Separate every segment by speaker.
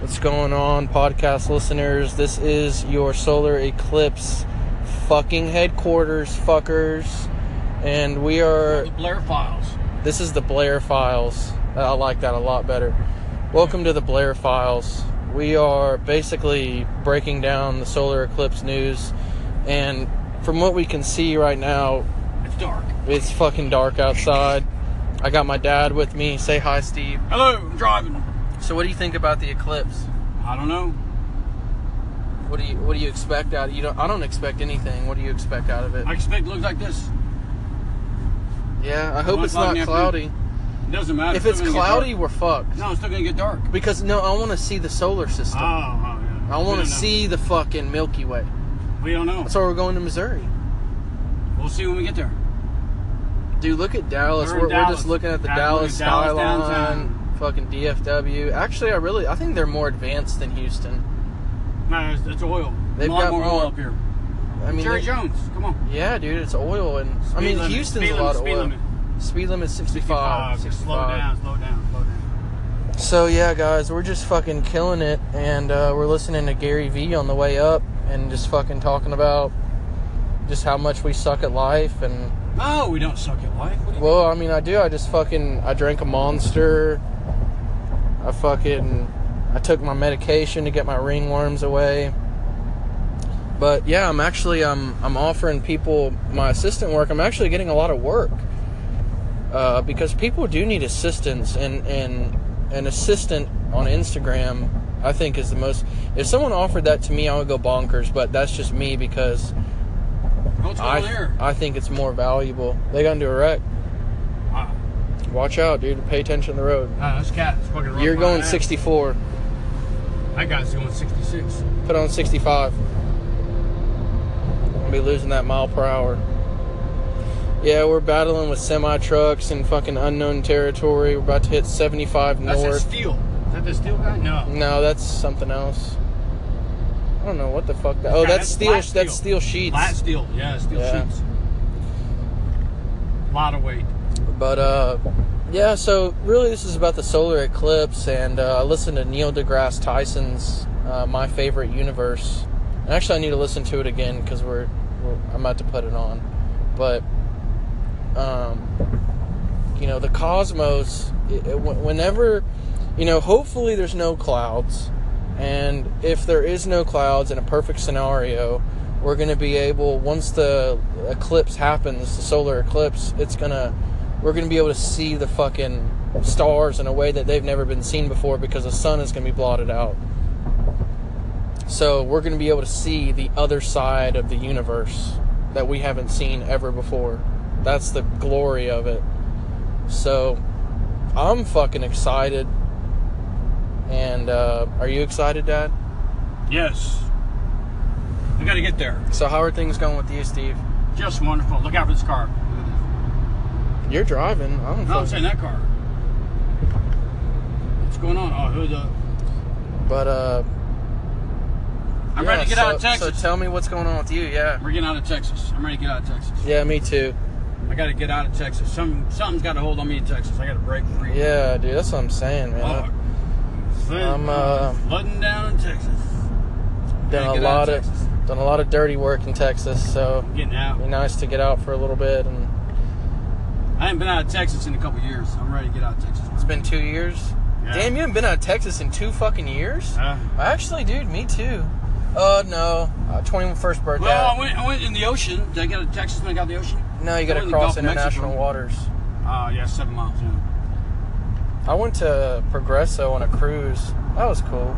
Speaker 1: What's going on, podcast listeners? This is your solar eclipse fucking headquarters, fuckers. And we are.
Speaker 2: The Blair Files.
Speaker 1: This is the Blair Files. I like that a lot better. Welcome to the Blair Files. We are basically breaking down the solar eclipse news. And from what we can see right now,
Speaker 2: It's dark.
Speaker 1: it's fucking dark outside. I got my dad with me. Say hi, Steve.
Speaker 2: Hello, I'm driving.
Speaker 1: So, what do you think about the eclipse?
Speaker 2: I don't know.
Speaker 1: What do you What do you expect out? Of, you don't. I don't expect anything. What do you expect out of it?
Speaker 2: I expect it looks like this.
Speaker 1: yeah, I hope
Speaker 2: One
Speaker 1: it's
Speaker 2: o'clock
Speaker 1: not
Speaker 2: in the
Speaker 1: cloudy.
Speaker 2: It doesn't matter.
Speaker 1: If it's
Speaker 2: still gonna get
Speaker 1: cloudy,
Speaker 2: dark.
Speaker 1: we're fucked.
Speaker 2: no, it's still gonna get dark.
Speaker 1: Because no, I want to see the solar
Speaker 2: Oh, oh
Speaker 1: system.
Speaker 2: yeah.
Speaker 1: I
Speaker 2: We
Speaker 1: want
Speaker 2: don't
Speaker 1: to
Speaker 2: know.
Speaker 1: see the fucking Milky Way.
Speaker 2: We don't know.
Speaker 1: That's why we're going to Missouri.
Speaker 2: We'll see when we get there.
Speaker 1: Dude, look at Dallas.
Speaker 2: We're
Speaker 1: We're,
Speaker 2: in
Speaker 1: we're
Speaker 2: Dallas.
Speaker 1: just looking at the
Speaker 2: Yeah,
Speaker 1: Dallas
Speaker 2: look at Dallas
Speaker 1: skyline,
Speaker 2: downtown.
Speaker 1: fucking DFW. Actually, I really I think they're more advanced than Houston.
Speaker 2: No, it's, it's oil.
Speaker 1: They've
Speaker 2: a lot
Speaker 1: got
Speaker 2: more
Speaker 1: more-
Speaker 2: oil up here.
Speaker 1: I mean,
Speaker 2: Jerry
Speaker 1: they-
Speaker 2: Jones, come on.
Speaker 1: yeah, dude, it's oil and I
Speaker 2: Speed
Speaker 1: mean
Speaker 2: limit,
Speaker 1: Houston's
Speaker 2: speed
Speaker 1: a lot of
Speaker 2: limit, speed
Speaker 1: oil.
Speaker 2: limit.
Speaker 1: Speed limit 65, 65.
Speaker 2: Just slow down, slow down, slow down.
Speaker 1: So yeah, guys, we're just fucking killing it, and uh, we're listening to Gary Vee on the way up, and just fucking talking about just how much we suck at life, and
Speaker 2: No, we don't suck at life. What do you
Speaker 1: well, I mean, I do. I just fucking I drank a monster. I fucking I took my medication to get my ringworms away. But yeah, I'm actually I'm I'm offering people my assistant work. I'm actually getting a lot of work uh, because people do need assistance, and and an assistant on Instagram I think is the most. If someone offered that to me, I would go bonkers. But that's just me because
Speaker 2: What's going on
Speaker 1: I
Speaker 2: here?
Speaker 1: I think it's more valuable. They got into a wreck.
Speaker 2: Ah,
Speaker 1: Watch out, dude. Pay attention to the road.
Speaker 2: ah, this cat is fucking rough
Speaker 1: You're
Speaker 2: on
Speaker 1: going
Speaker 2: that.
Speaker 1: 64.
Speaker 2: That guy's going 66.
Speaker 1: Put on 65. I'll be losing that mile per hour. Yeah, we're battling with semi trucks in fucking unknown territory. We're about to hit 75
Speaker 2: That's a
Speaker 1: north.
Speaker 2: steel. Is that the steel guy? No.
Speaker 1: no, that's something else. I don't know what the fuck. That, oh,
Speaker 2: Yeah,
Speaker 1: that's
Speaker 2: that's
Speaker 1: steel.
Speaker 2: flat steel.
Speaker 1: That's steel sheets.
Speaker 2: Flat steel. Yeah, steel
Speaker 1: Yeah.
Speaker 2: sheets. lot of weight.
Speaker 1: But uh, yeah, so really, this is about the solar eclipse, and uh, I listened to Neil deGrasse Tyson's uh, "My Favorite Universe." And actually, I need to listen to it again because we're, we're I'm about to put it on. But um, you know, the cosmos. It, it, wh- whenever, you know, hopefully there's no clouds, and if there is no clouds in a perfect scenario. We're going to be able once the eclipse happens, the solar eclipse. It's going to we're going to be able to see the fucking stars in a way that they've never been seen before because the sun is going to be blotted out. So we're going to be able to see the other side of the universe that we haven't seen ever before. That's the glory of it. So I'm fucking excited. And uh, are you excited, Dad?
Speaker 2: Yes. We gotta get there.
Speaker 1: So how are things going with you, Steve?
Speaker 2: Just wonderful. Look out for this car. Look at
Speaker 1: You're driving. I don't
Speaker 2: this. No, I'm
Speaker 1: fucking-
Speaker 2: saying that car. What's going on? Oh, who the?
Speaker 1: But uh,
Speaker 2: I'm
Speaker 1: yeah,
Speaker 2: ready to get
Speaker 1: so,
Speaker 2: out of Texas.
Speaker 1: So tell me what's going on with you. Yeah.
Speaker 2: We're getting out of Texas. I'm ready to get out of Texas.
Speaker 1: Yeah, me too.
Speaker 2: I gotta get out of Texas. Some something's got a hold on me in Texas. I gotta break free.
Speaker 1: Yeah, dude, that's what I'm saying, man.
Speaker 2: Oh,
Speaker 1: I'm, uh,
Speaker 2: flooding down in Texas.
Speaker 1: I've done a
Speaker 2: Gotta get out
Speaker 1: lot of
Speaker 2: Texas.
Speaker 1: done a lot of dirty work in Texas, so
Speaker 2: getting out.
Speaker 1: it'd be nice to get out for a little bit. And
Speaker 2: I haven't been out of Texas in a couple years. I'm ready to get out of Texas.
Speaker 1: it's been two years.
Speaker 2: Yeah.
Speaker 1: Damn, you haven't been out of Texas in two fucking years.
Speaker 2: Uh,
Speaker 1: Actually, dude, me too. Uh, no, uh, 21st birthday.
Speaker 2: well, I went, I went in the ocean. Did I get out of Texas when I got out of the ocean?
Speaker 1: no, you got
Speaker 2: I
Speaker 1: to
Speaker 2: went in the Gulf
Speaker 1: cross
Speaker 2: of Mexico.
Speaker 1: international waters.
Speaker 2: Uh, yeah, seven miles. Yeah.
Speaker 1: I went to Progresso on a cruise. That was cool.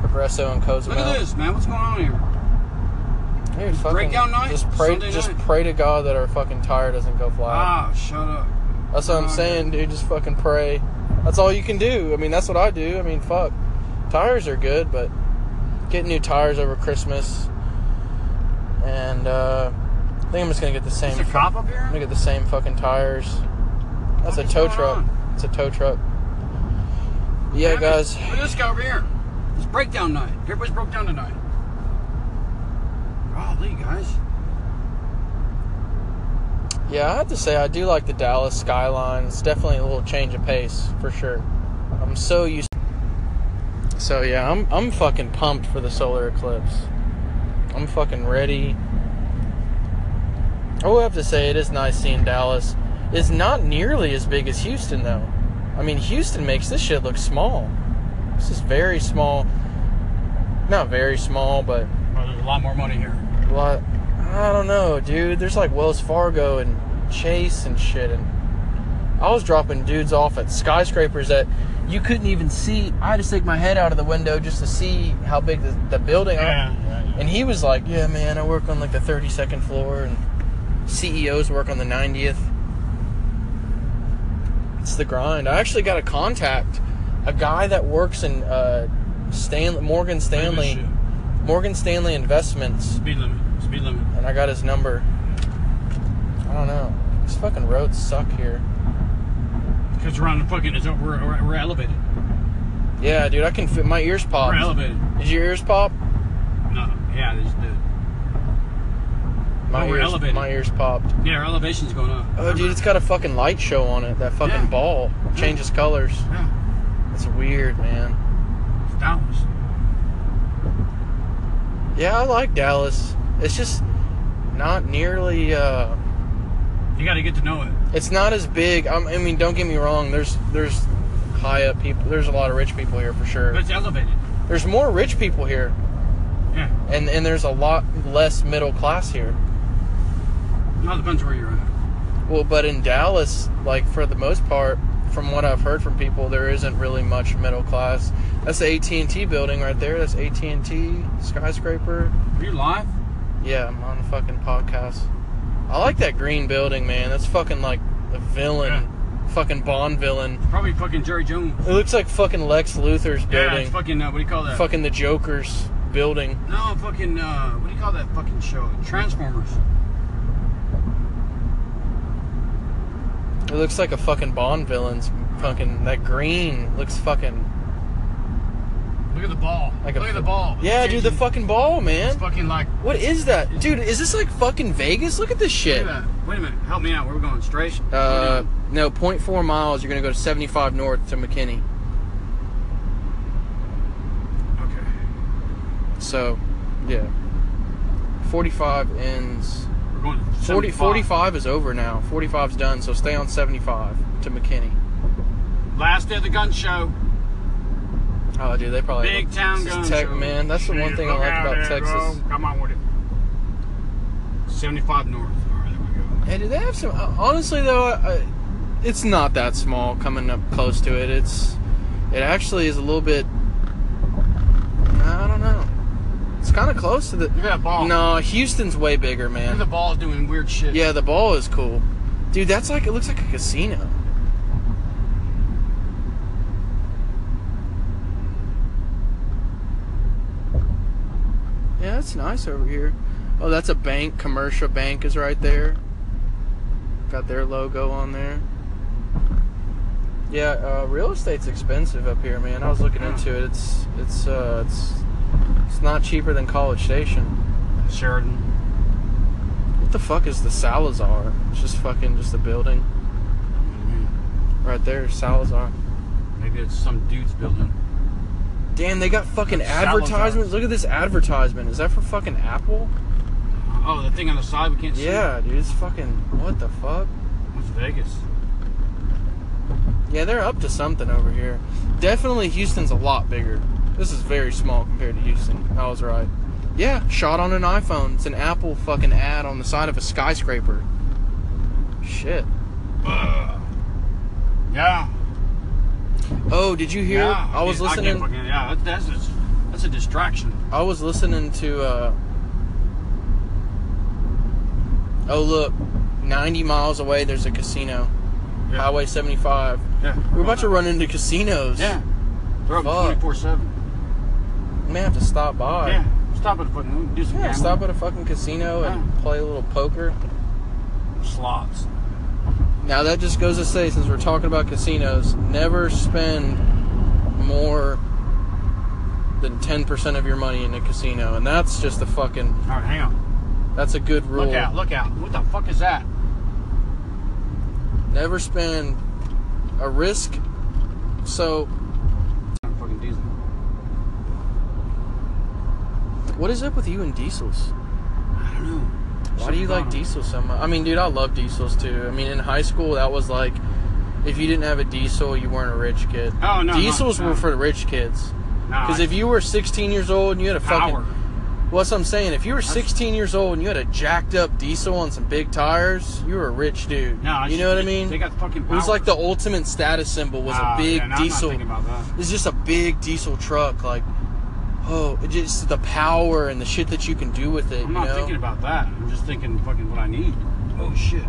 Speaker 1: Progresso and Cozumel.
Speaker 2: Look at this, man. What's going on here?
Speaker 1: Dude, fucking
Speaker 2: breakdown night,
Speaker 1: Just pray,
Speaker 2: Sunday
Speaker 1: just
Speaker 2: night.
Speaker 1: pray to God that our fucking tire doesn't go flat.
Speaker 2: Ah, shut up.
Speaker 1: That's what I'm
Speaker 2: Oh,
Speaker 1: saying, dude. Just fucking pray. That's all you can do. I mean, that's what I do. I mean, fuck. Tires are good, but getting new tires over Christmas, and uh, I think I'm just gonna get the same.
Speaker 2: Is a cop up
Speaker 1: I'm gonna
Speaker 2: here?
Speaker 1: get the same fucking tires. That's
Speaker 2: What
Speaker 1: a
Speaker 2: is
Speaker 1: tow
Speaker 2: going
Speaker 1: truck.
Speaker 2: on?
Speaker 1: It's a tow truck. Yeah,
Speaker 2: Damn it.
Speaker 1: guys.
Speaker 2: Look at this guy over here. It's breakdown night. Everybody's broke down tonight. Golly, guys.
Speaker 1: Yeah, I have to say I do like the Dallas skyline. It's definitely a little change of pace for sure. I'm so used. So yeah, I'm I'm fucking pumped for the solar eclipse. I'm fucking ready. I will have to say it is nice seeing Dallas. It's not nearly as big as Houston though. I mean, Houston makes this shit look small. This is very small. Not very small, but
Speaker 2: Well, there's a lot more money here.
Speaker 1: a lot. I don't know, dude. There's like Wells Fargo and Chase and shit. And I was dropping dudes off at skyscrapers that you couldn't even see. I had to stick my head out of the window just to see how big the, the building.
Speaker 2: Yeah,
Speaker 1: Are.
Speaker 2: yeah, yeah.
Speaker 1: And he was like, "Yeah, man, I work on like the 32nd floor, and CEOs work on the 90th. It's the grind." I actually got a contact, a guy that works in uh, Stan- Morgan Stanley,
Speaker 2: shit.
Speaker 1: Morgan Stanley Investments
Speaker 2: Speed limit. Speed limit.
Speaker 1: and I got his number. I don't know. These fucking roads suck here.
Speaker 2: Because we're on the fucking. It's, we're, we're, we're elevated.
Speaker 1: Yeah, dude, I can fit my ears
Speaker 2: We're
Speaker 1: pop.
Speaker 2: elevated.
Speaker 1: Did your ears pop?
Speaker 2: No. Yeah, there's the.
Speaker 1: My
Speaker 2: Oh, we're
Speaker 1: ears,
Speaker 2: elevated.
Speaker 1: my ears popped.
Speaker 2: Yeah, our elevation's going up.
Speaker 1: Oh, dude, it's got a fucking light show on it. That fucking
Speaker 2: Yeah.
Speaker 1: ball changes colors.
Speaker 2: Yeah.
Speaker 1: It's weird, man.
Speaker 2: It's Dallas.
Speaker 1: Yeah, I like Dallas. It's just not nearly. uh
Speaker 2: You got to get to know it.
Speaker 1: It's not as big. I'm, I mean, don't get me wrong. There's there's high up people. There's a lot of rich people here for
Speaker 2: But
Speaker 1: sure.
Speaker 2: it's elevated.
Speaker 1: There's more rich people here.
Speaker 2: Yeah.
Speaker 1: and and there's a lot less middle class here.
Speaker 2: Well, it depends where you're at.
Speaker 1: Well, but in Dallas, like for the most part, from what I've heard from people, there isn't really much middle class. That's the AT and T building right there. That's AT and T skyscraper.
Speaker 2: Are you live?
Speaker 1: Yeah, I'm on the fucking podcast. I like that green building, man. That's fucking like the villain, fucking Bond villain.
Speaker 2: Probably fucking Jerry Jones.
Speaker 1: It looks like fucking Lex Luthor's
Speaker 2: Yeah, it's
Speaker 1: building,
Speaker 2: fucking. Uh, what do you call that?
Speaker 1: fucking the Joker's building.
Speaker 2: No, fucking. Uh, what do you call that fucking show? Transformers.
Speaker 1: It looks like a fucking Bond villain's fucking. That green looks fucking
Speaker 2: Look at the ball.
Speaker 1: Like a-
Speaker 2: Look at the ball.
Speaker 1: Yeah, dude, the
Speaker 2: Changing-
Speaker 1: fucking ball, man.
Speaker 2: It's fucking like.
Speaker 1: What is that? Dude, is this like fucking Vegas? Look at this
Speaker 2: Wait a
Speaker 1: shit.
Speaker 2: minute. Wait a minute. Help me out. Where we going? Straight.
Speaker 1: Uh, no, 0.4 miles, you're gonna go to 75 north to McKinney.
Speaker 2: Okay.
Speaker 1: So, yeah. 45 ends.
Speaker 2: We're going.
Speaker 1: 40,
Speaker 2: 75.
Speaker 1: 45 is over now. 45's done, so stay on 75 to McKinney.
Speaker 2: Last day of the gun show.
Speaker 1: Oh, dude, they probably.
Speaker 2: Big town
Speaker 1: This
Speaker 2: gun
Speaker 1: is tech,
Speaker 2: show.
Speaker 1: man. That's the one
Speaker 2: Shit,
Speaker 1: thing I
Speaker 2: look
Speaker 1: like
Speaker 2: out
Speaker 1: about
Speaker 2: there,
Speaker 1: Texas.
Speaker 2: bro. Come on with it. 75 north. All right, there we go.
Speaker 1: Hey, do they have some? uh, Honestly, though, uh, it's not that small. Coming up close to it, it's it actually is a little bit. I don't know. It's kind of close to the.
Speaker 2: Look at that ball.
Speaker 1: No, Houston's way bigger,
Speaker 2: Look at the
Speaker 1: man.
Speaker 2: ball doing weird shit.
Speaker 1: Yeah, the ball is cool, dude. That's like it looks like a casino. Yeah, that's nice over here. Oh, that's a bank. Commercial Bank is right there. Got their logo on there. Yeah, uh, real estate's expensive up here, man. I was looking into it. It's it's uh, it's it's not cheaper than College Station.
Speaker 2: Sheridan.
Speaker 1: What the fuck is the Salazar? It's just fucking just a building right there, Salazar.
Speaker 2: Maybe it's some dude's building.
Speaker 1: Damn, they got fucking
Speaker 2: Salazar.
Speaker 1: advertisements. Look at this advertisement. Is that for fucking Apple?
Speaker 2: Oh, the thing on the side we can't see.
Speaker 1: Yeah, dude, it's fucking what the fuck?
Speaker 2: It's Vegas.
Speaker 1: Yeah, they're up to something over here. Definitely Houston's a lot bigger. This is very small compared to Houston. I was right. Yeah, shot on an iPhone. It's an Apple fucking ad on the side of a skyscraper. Shit.
Speaker 2: Ugh. Uh, Yeah.
Speaker 1: Oh, did you hear?
Speaker 2: Yeah.
Speaker 1: I was
Speaker 2: can't- can't
Speaker 1: listening.
Speaker 2: fucking- yeah, that- that's just, that's a distraction.
Speaker 1: I was listening to uh Oh look, 90 miles away there's a casino.
Speaker 2: Yeah.
Speaker 1: Highway 75.
Speaker 2: Yeah.
Speaker 1: We're about to run into casinos.
Speaker 2: Yeah. They're open
Speaker 1: Fuck.
Speaker 2: 24 7.
Speaker 1: We may have to stop by.
Speaker 2: Yeah. Stop at a fucking. Do some
Speaker 1: Yeah,
Speaker 2: gambling.
Speaker 1: stop at a fucking casino and play a little poker.
Speaker 2: Slots.
Speaker 1: Now that just goes to say since we're talking about casinos, never spend more than 10% of your money in a casino and that's just a fucking
Speaker 2: All right, hang on.
Speaker 1: that's a good rule.
Speaker 2: Look out, look out. What the fuck is that?
Speaker 1: never spend a risk so
Speaker 2: Fucking diesel.
Speaker 1: What is up with you and diesels?
Speaker 2: I don't know.
Speaker 1: Why do you like diesel so much? I mean, dude, I love diesels too. I mean, in high school, that was like, if you didn't have a diesel, you weren't a rich kid.
Speaker 2: Oh, no,
Speaker 1: diesels
Speaker 2: no,
Speaker 1: were
Speaker 2: no.
Speaker 1: for the rich kids.
Speaker 2: Because
Speaker 1: Because if you were 16 years old and you had a fucking,
Speaker 2: power,
Speaker 1: what's I'm saying? If you were 16 years old and you had a jacked up diesel and some big tires, you were a rich dude.
Speaker 2: no, it's
Speaker 1: you know what I
Speaker 2: just-
Speaker 1: mean?
Speaker 2: They
Speaker 1: It
Speaker 2: got fucking power.
Speaker 1: was like the ultimate status symbol was
Speaker 2: Ah,
Speaker 1: a big
Speaker 2: yeah, no,
Speaker 1: diesel.
Speaker 2: I'm not thinking about that.
Speaker 1: It's just a big diesel truck, like, oh, it just the power and the shit that you can do with it.
Speaker 2: I'm
Speaker 1: you
Speaker 2: not
Speaker 1: know?
Speaker 2: thinking about that. I'm just thinking fucking what I need. Oh shit.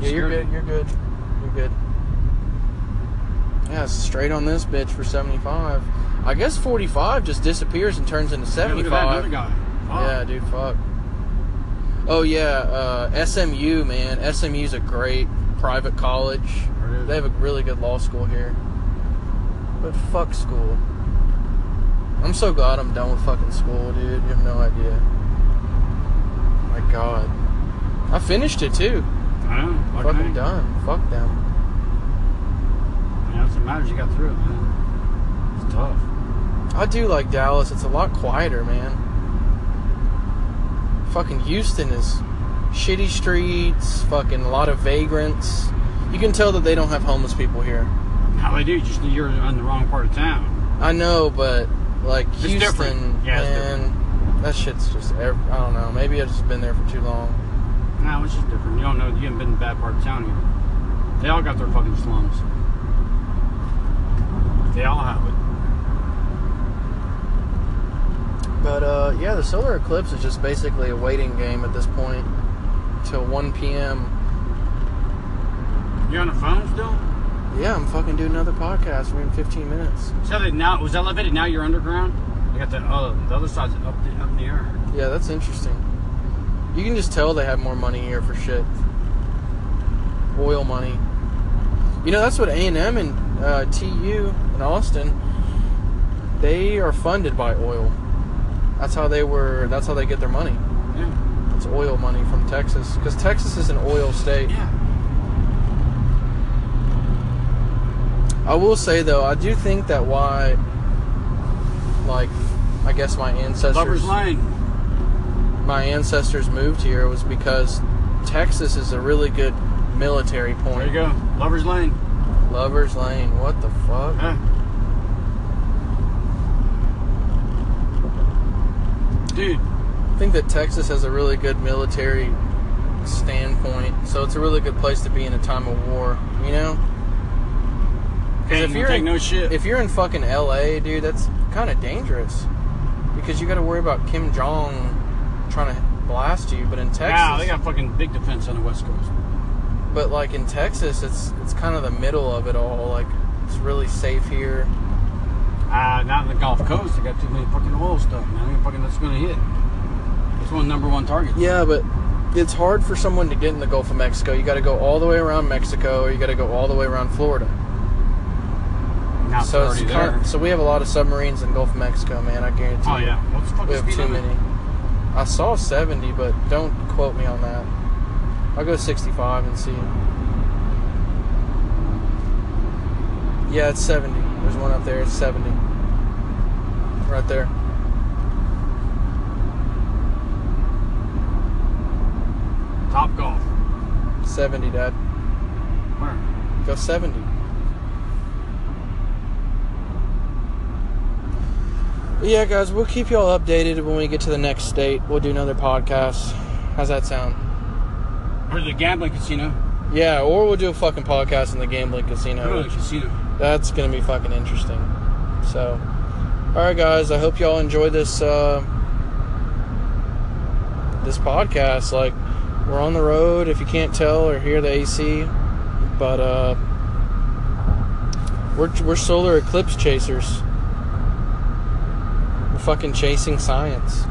Speaker 1: Yeah, you're good.
Speaker 2: Scared me.
Speaker 1: You're good. You're good. Yeah, it's straight on this bitch for 75. I guess 45 just disappears and turns into
Speaker 2: Yeah, look at that
Speaker 1: 75.
Speaker 2: other guy. Fuck.
Speaker 1: Yeah, dude, fuck. Oh yeah, uh, SMU man, SMU's a great private college.
Speaker 2: There it is.
Speaker 1: They have a really good law school here. But fuck school. I'm so glad I'm done with fucking school, dude. You have no idea. My God, I finished it too.
Speaker 2: I know. Fucking,
Speaker 1: Fucking
Speaker 2: A.
Speaker 1: done. Fuck them.
Speaker 2: You know, it's what matters. You got through it, man. It's tough.
Speaker 1: I do like Dallas. It's a lot quieter, man. Fucking Houston is shitty streets, fucking a lot of vagrants. You can tell that they don't have homeless people here.
Speaker 2: How they do? you Just you're in the wrong part of town.
Speaker 1: I know, but like
Speaker 2: It's
Speaker 1: Houston,
Speaker 2: different. Yeah, it's
Speaker 1: man, that shit's just, ev- I don't know. Maybe I've just been there for too long.
Speaker 2: Nah, it's just different. You don't know. You haven't been in the bad part of town here. They all got their fucking slums. They all have it.
Speaker 1: But uh, yeah, the solar eclipse is just basically a waiting game at this point till 1 p.m.
Speaker 2: You're on the phone still?
Speaker 1: Yeah, I'm fucking doing another podcast. We're in 15 minutes.
Speaker 2: So they now it was elevated. Now you're underground. You got the uh, the other side's up the, up in the air.
Speaker 1: Yeah, that's interesting. You can just tell they have more money here for shit. Oil money. You know, that's what A&M and uh, TU in Austin, they are funded by oil. That's how they were, that's how they get their money.
Speaker 2: Yeah.
Speaker 1: It's oil money from Texas. Because Texas is an oil state.
Speaker 2: Yeah.
Speaker 1: I will say, though, I do think that why, like, I guess my ancestors...
Speaker 2: Lover's Lane.
Speaker 1: my ancestors moved here was because Texas is a really good military
Speaker 2: There you
Speaker 1: point.
Speaker 2: go. Lover's Lane.
Speaker 1: Lover's Lane. What the fuck?
Speaker 2: Yeah. Dude,
Speaker 1: I think that Texas has a really good military standpoint, so it's a really good place to be in a time of war. You know,
Speaker 2: hey,
Speaker 1: if
Speaker 2: if
Speaker 1: you're
Speaker 2: you take
Speaker 1: in-
Speaker 2: no shit,
Speaker 1: if you're in fucking LA, dude, that's kind of dangerous because you got to worry about Kim Jong trying to blast you. But in Texas,
Speaker 2: wow, they got fucking big defense on the West Coast.
Speaker 1: But like in Texas, it's it's kind of the middle of it all. Like it's really safe here.
Speaker 2: Uh, not in the Gulf Coast. They got too many fucking oil stuff, man. They fucking that's gonna hit. It's one number one target.
Speaker 1: Yeah, but it's hard for someone to get in the Gulf of Mexico. You got to go all the way around Mexico, or you got to go all the way around Florida.
Speaker 2: Now it's
Speaker 1: so it's
Speaker 2: already there.
Speaker 1: kind so we have a lot of submarines in Gulf of Mexico, man. I guarantee.
Speaker 2: oh
Speaker 1: you.
Speaker 2: yeah, what's the
Speaker 1: we
Speaker 2: fucking
Speaker 1: have
Speaker 2: speed
Speaker 1: too
Speaker 2: limit?
Speaker 1: many. I saw 70, but don't quote me on that. I'll go 65 and see. Yeah, it's 70. There's one up there. It's 70. Right there.
Speaker 2: Top Golf.
Speaker 1: 70, Dad.
Speaker 2: Where?
Speaker 1: Go 70. But yeah, guys, we'll keep y'all updated when we get to the next state. We'll do another podcast. How's that sound?
Speaker 2: Or the gambling casino.
Speaker 1: Yeah, or we'll do a fucking podcast in the gambling
Speaker 2: Go
Speaker 1: casino.
Speaker 2: to the casino.
Speaker 1: That's gonna be fucking interesting. So, all right, guys, I hope y'all enjoy this uh, this podcast. Like, we're on the road. If you can't tell or hear the AC, but uh, we're we're solar eclipse chasers. We're fucking chasing science.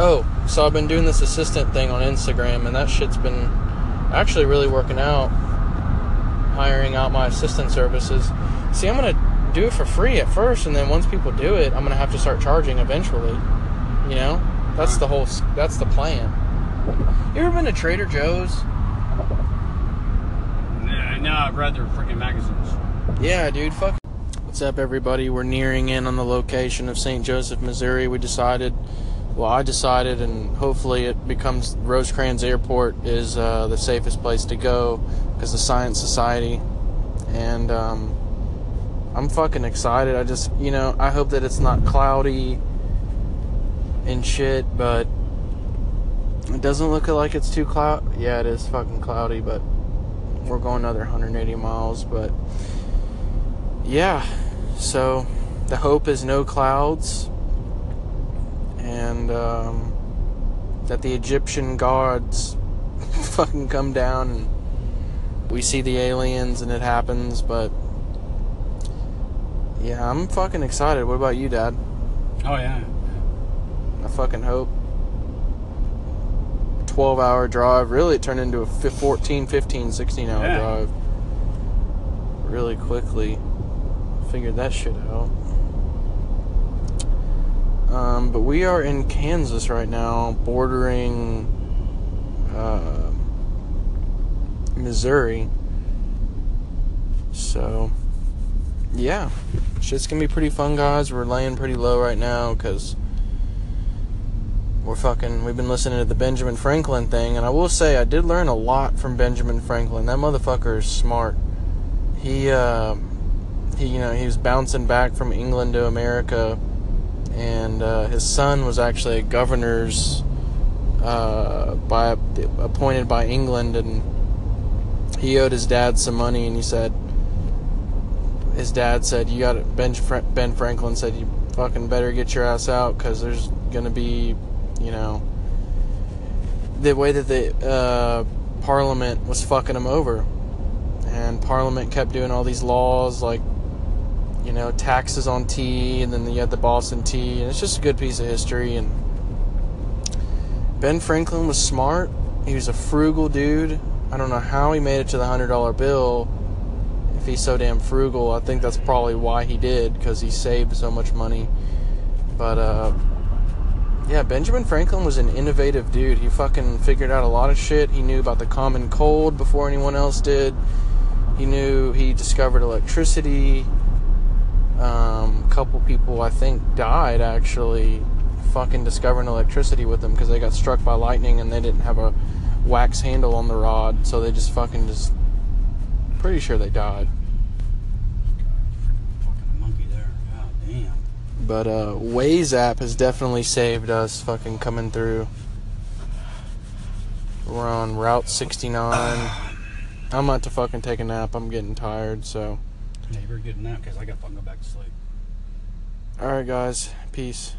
Speaker 1: Oh, so I've been doing this assistant thing on Instagram, and that shit's been actually really working out hiring out my assistant services. See, I'm gonna do it for free at first, and then once people do it, I'm gonna have to start charging eventually. You know, that's the whole. s- That's the plan. You ever been to Trader Joe's?
Speaker 2: Yeah, no, I've read their freaking magazines.
Speaker 1: Yeah, dude. Fuck. What's up, everybody? We're nearing in on the location of St. Joseph, Missouri. We decided, well, I decided, and hopefully it becomes Rosecrans Airport is uh, the safest place to go because the Science Society. And um, I'm fucking excited. I just, you know, I hope that it's not cloudy and shit, but it doesn't look like it's too cloud. Yeah, it is fucking cloudy, but we're going another 180 miles, but yeah, so the hope is no clouds, and um, that the Egyptian gods fucking come down and we see the aliens and it happens, but yeah, I'm fucking excited. What about you, Dad?
Speaker 2: Oh yeah.
Speaker 1: I fucking hope. 12 hour drive. Really, it turned into a fif- 14, 15, 16 hour
Speaker 2: Yeah.
Speaker 1: drive really quickly. Figured that shit out. Um, but we are in Kansas right now, bordering uh, Missouri. So, yeah. Shit's gonna be pretty fun, guys. We're laying pretty low right now because we're fucking we've been listening to the Benjamin Franklin thing and I will say I did learn a lot from Benjamin Franklin. That motherfucker is smart. He uh he you know, he was bouncing back from England to America and uh, his son was actually a governor's uh by appointed by England and he owed his dad some money and he said his dad said you got to ben, Fra- ben Franklin said you fucking better get your ass out cuz there's going to be you know the way that the uh, parliament was fucking him over and parliament kept doing all these laws like you know taxes on tea and then you had the Boston tea and it's just a good piece of history and Ben Franklin was smart. He was a frugal dude. I don't know how he made it to the hundred dollar bill. If he's so damn frugal, I think that's probably why he did because he saved so much money. But uh, yeah, Benjamin Franklin was an innovative dude. He fucking figured out a lot of shit. He knew about the common cold before anyone else did. He knew he discovered electricity. Um, a couple people, I think, died actually fucking discovering electricity with them because they got struck by lightning and they didn't have a wax handle on the rod, so they just fucking just. Pretty sure they died.
Speaker 2: Fucking monkey there. God damn.
Speaker 1: But uh, Waze app has definitely saved us fucking coming through. We're on Route 69. I'm about to fucking take a nap. I'm getting tired, so.
Speaker 2: Yeah, you better get a nap because I gotta fucking go back to sleep.
Speaker 1: Alright, guys. Peace.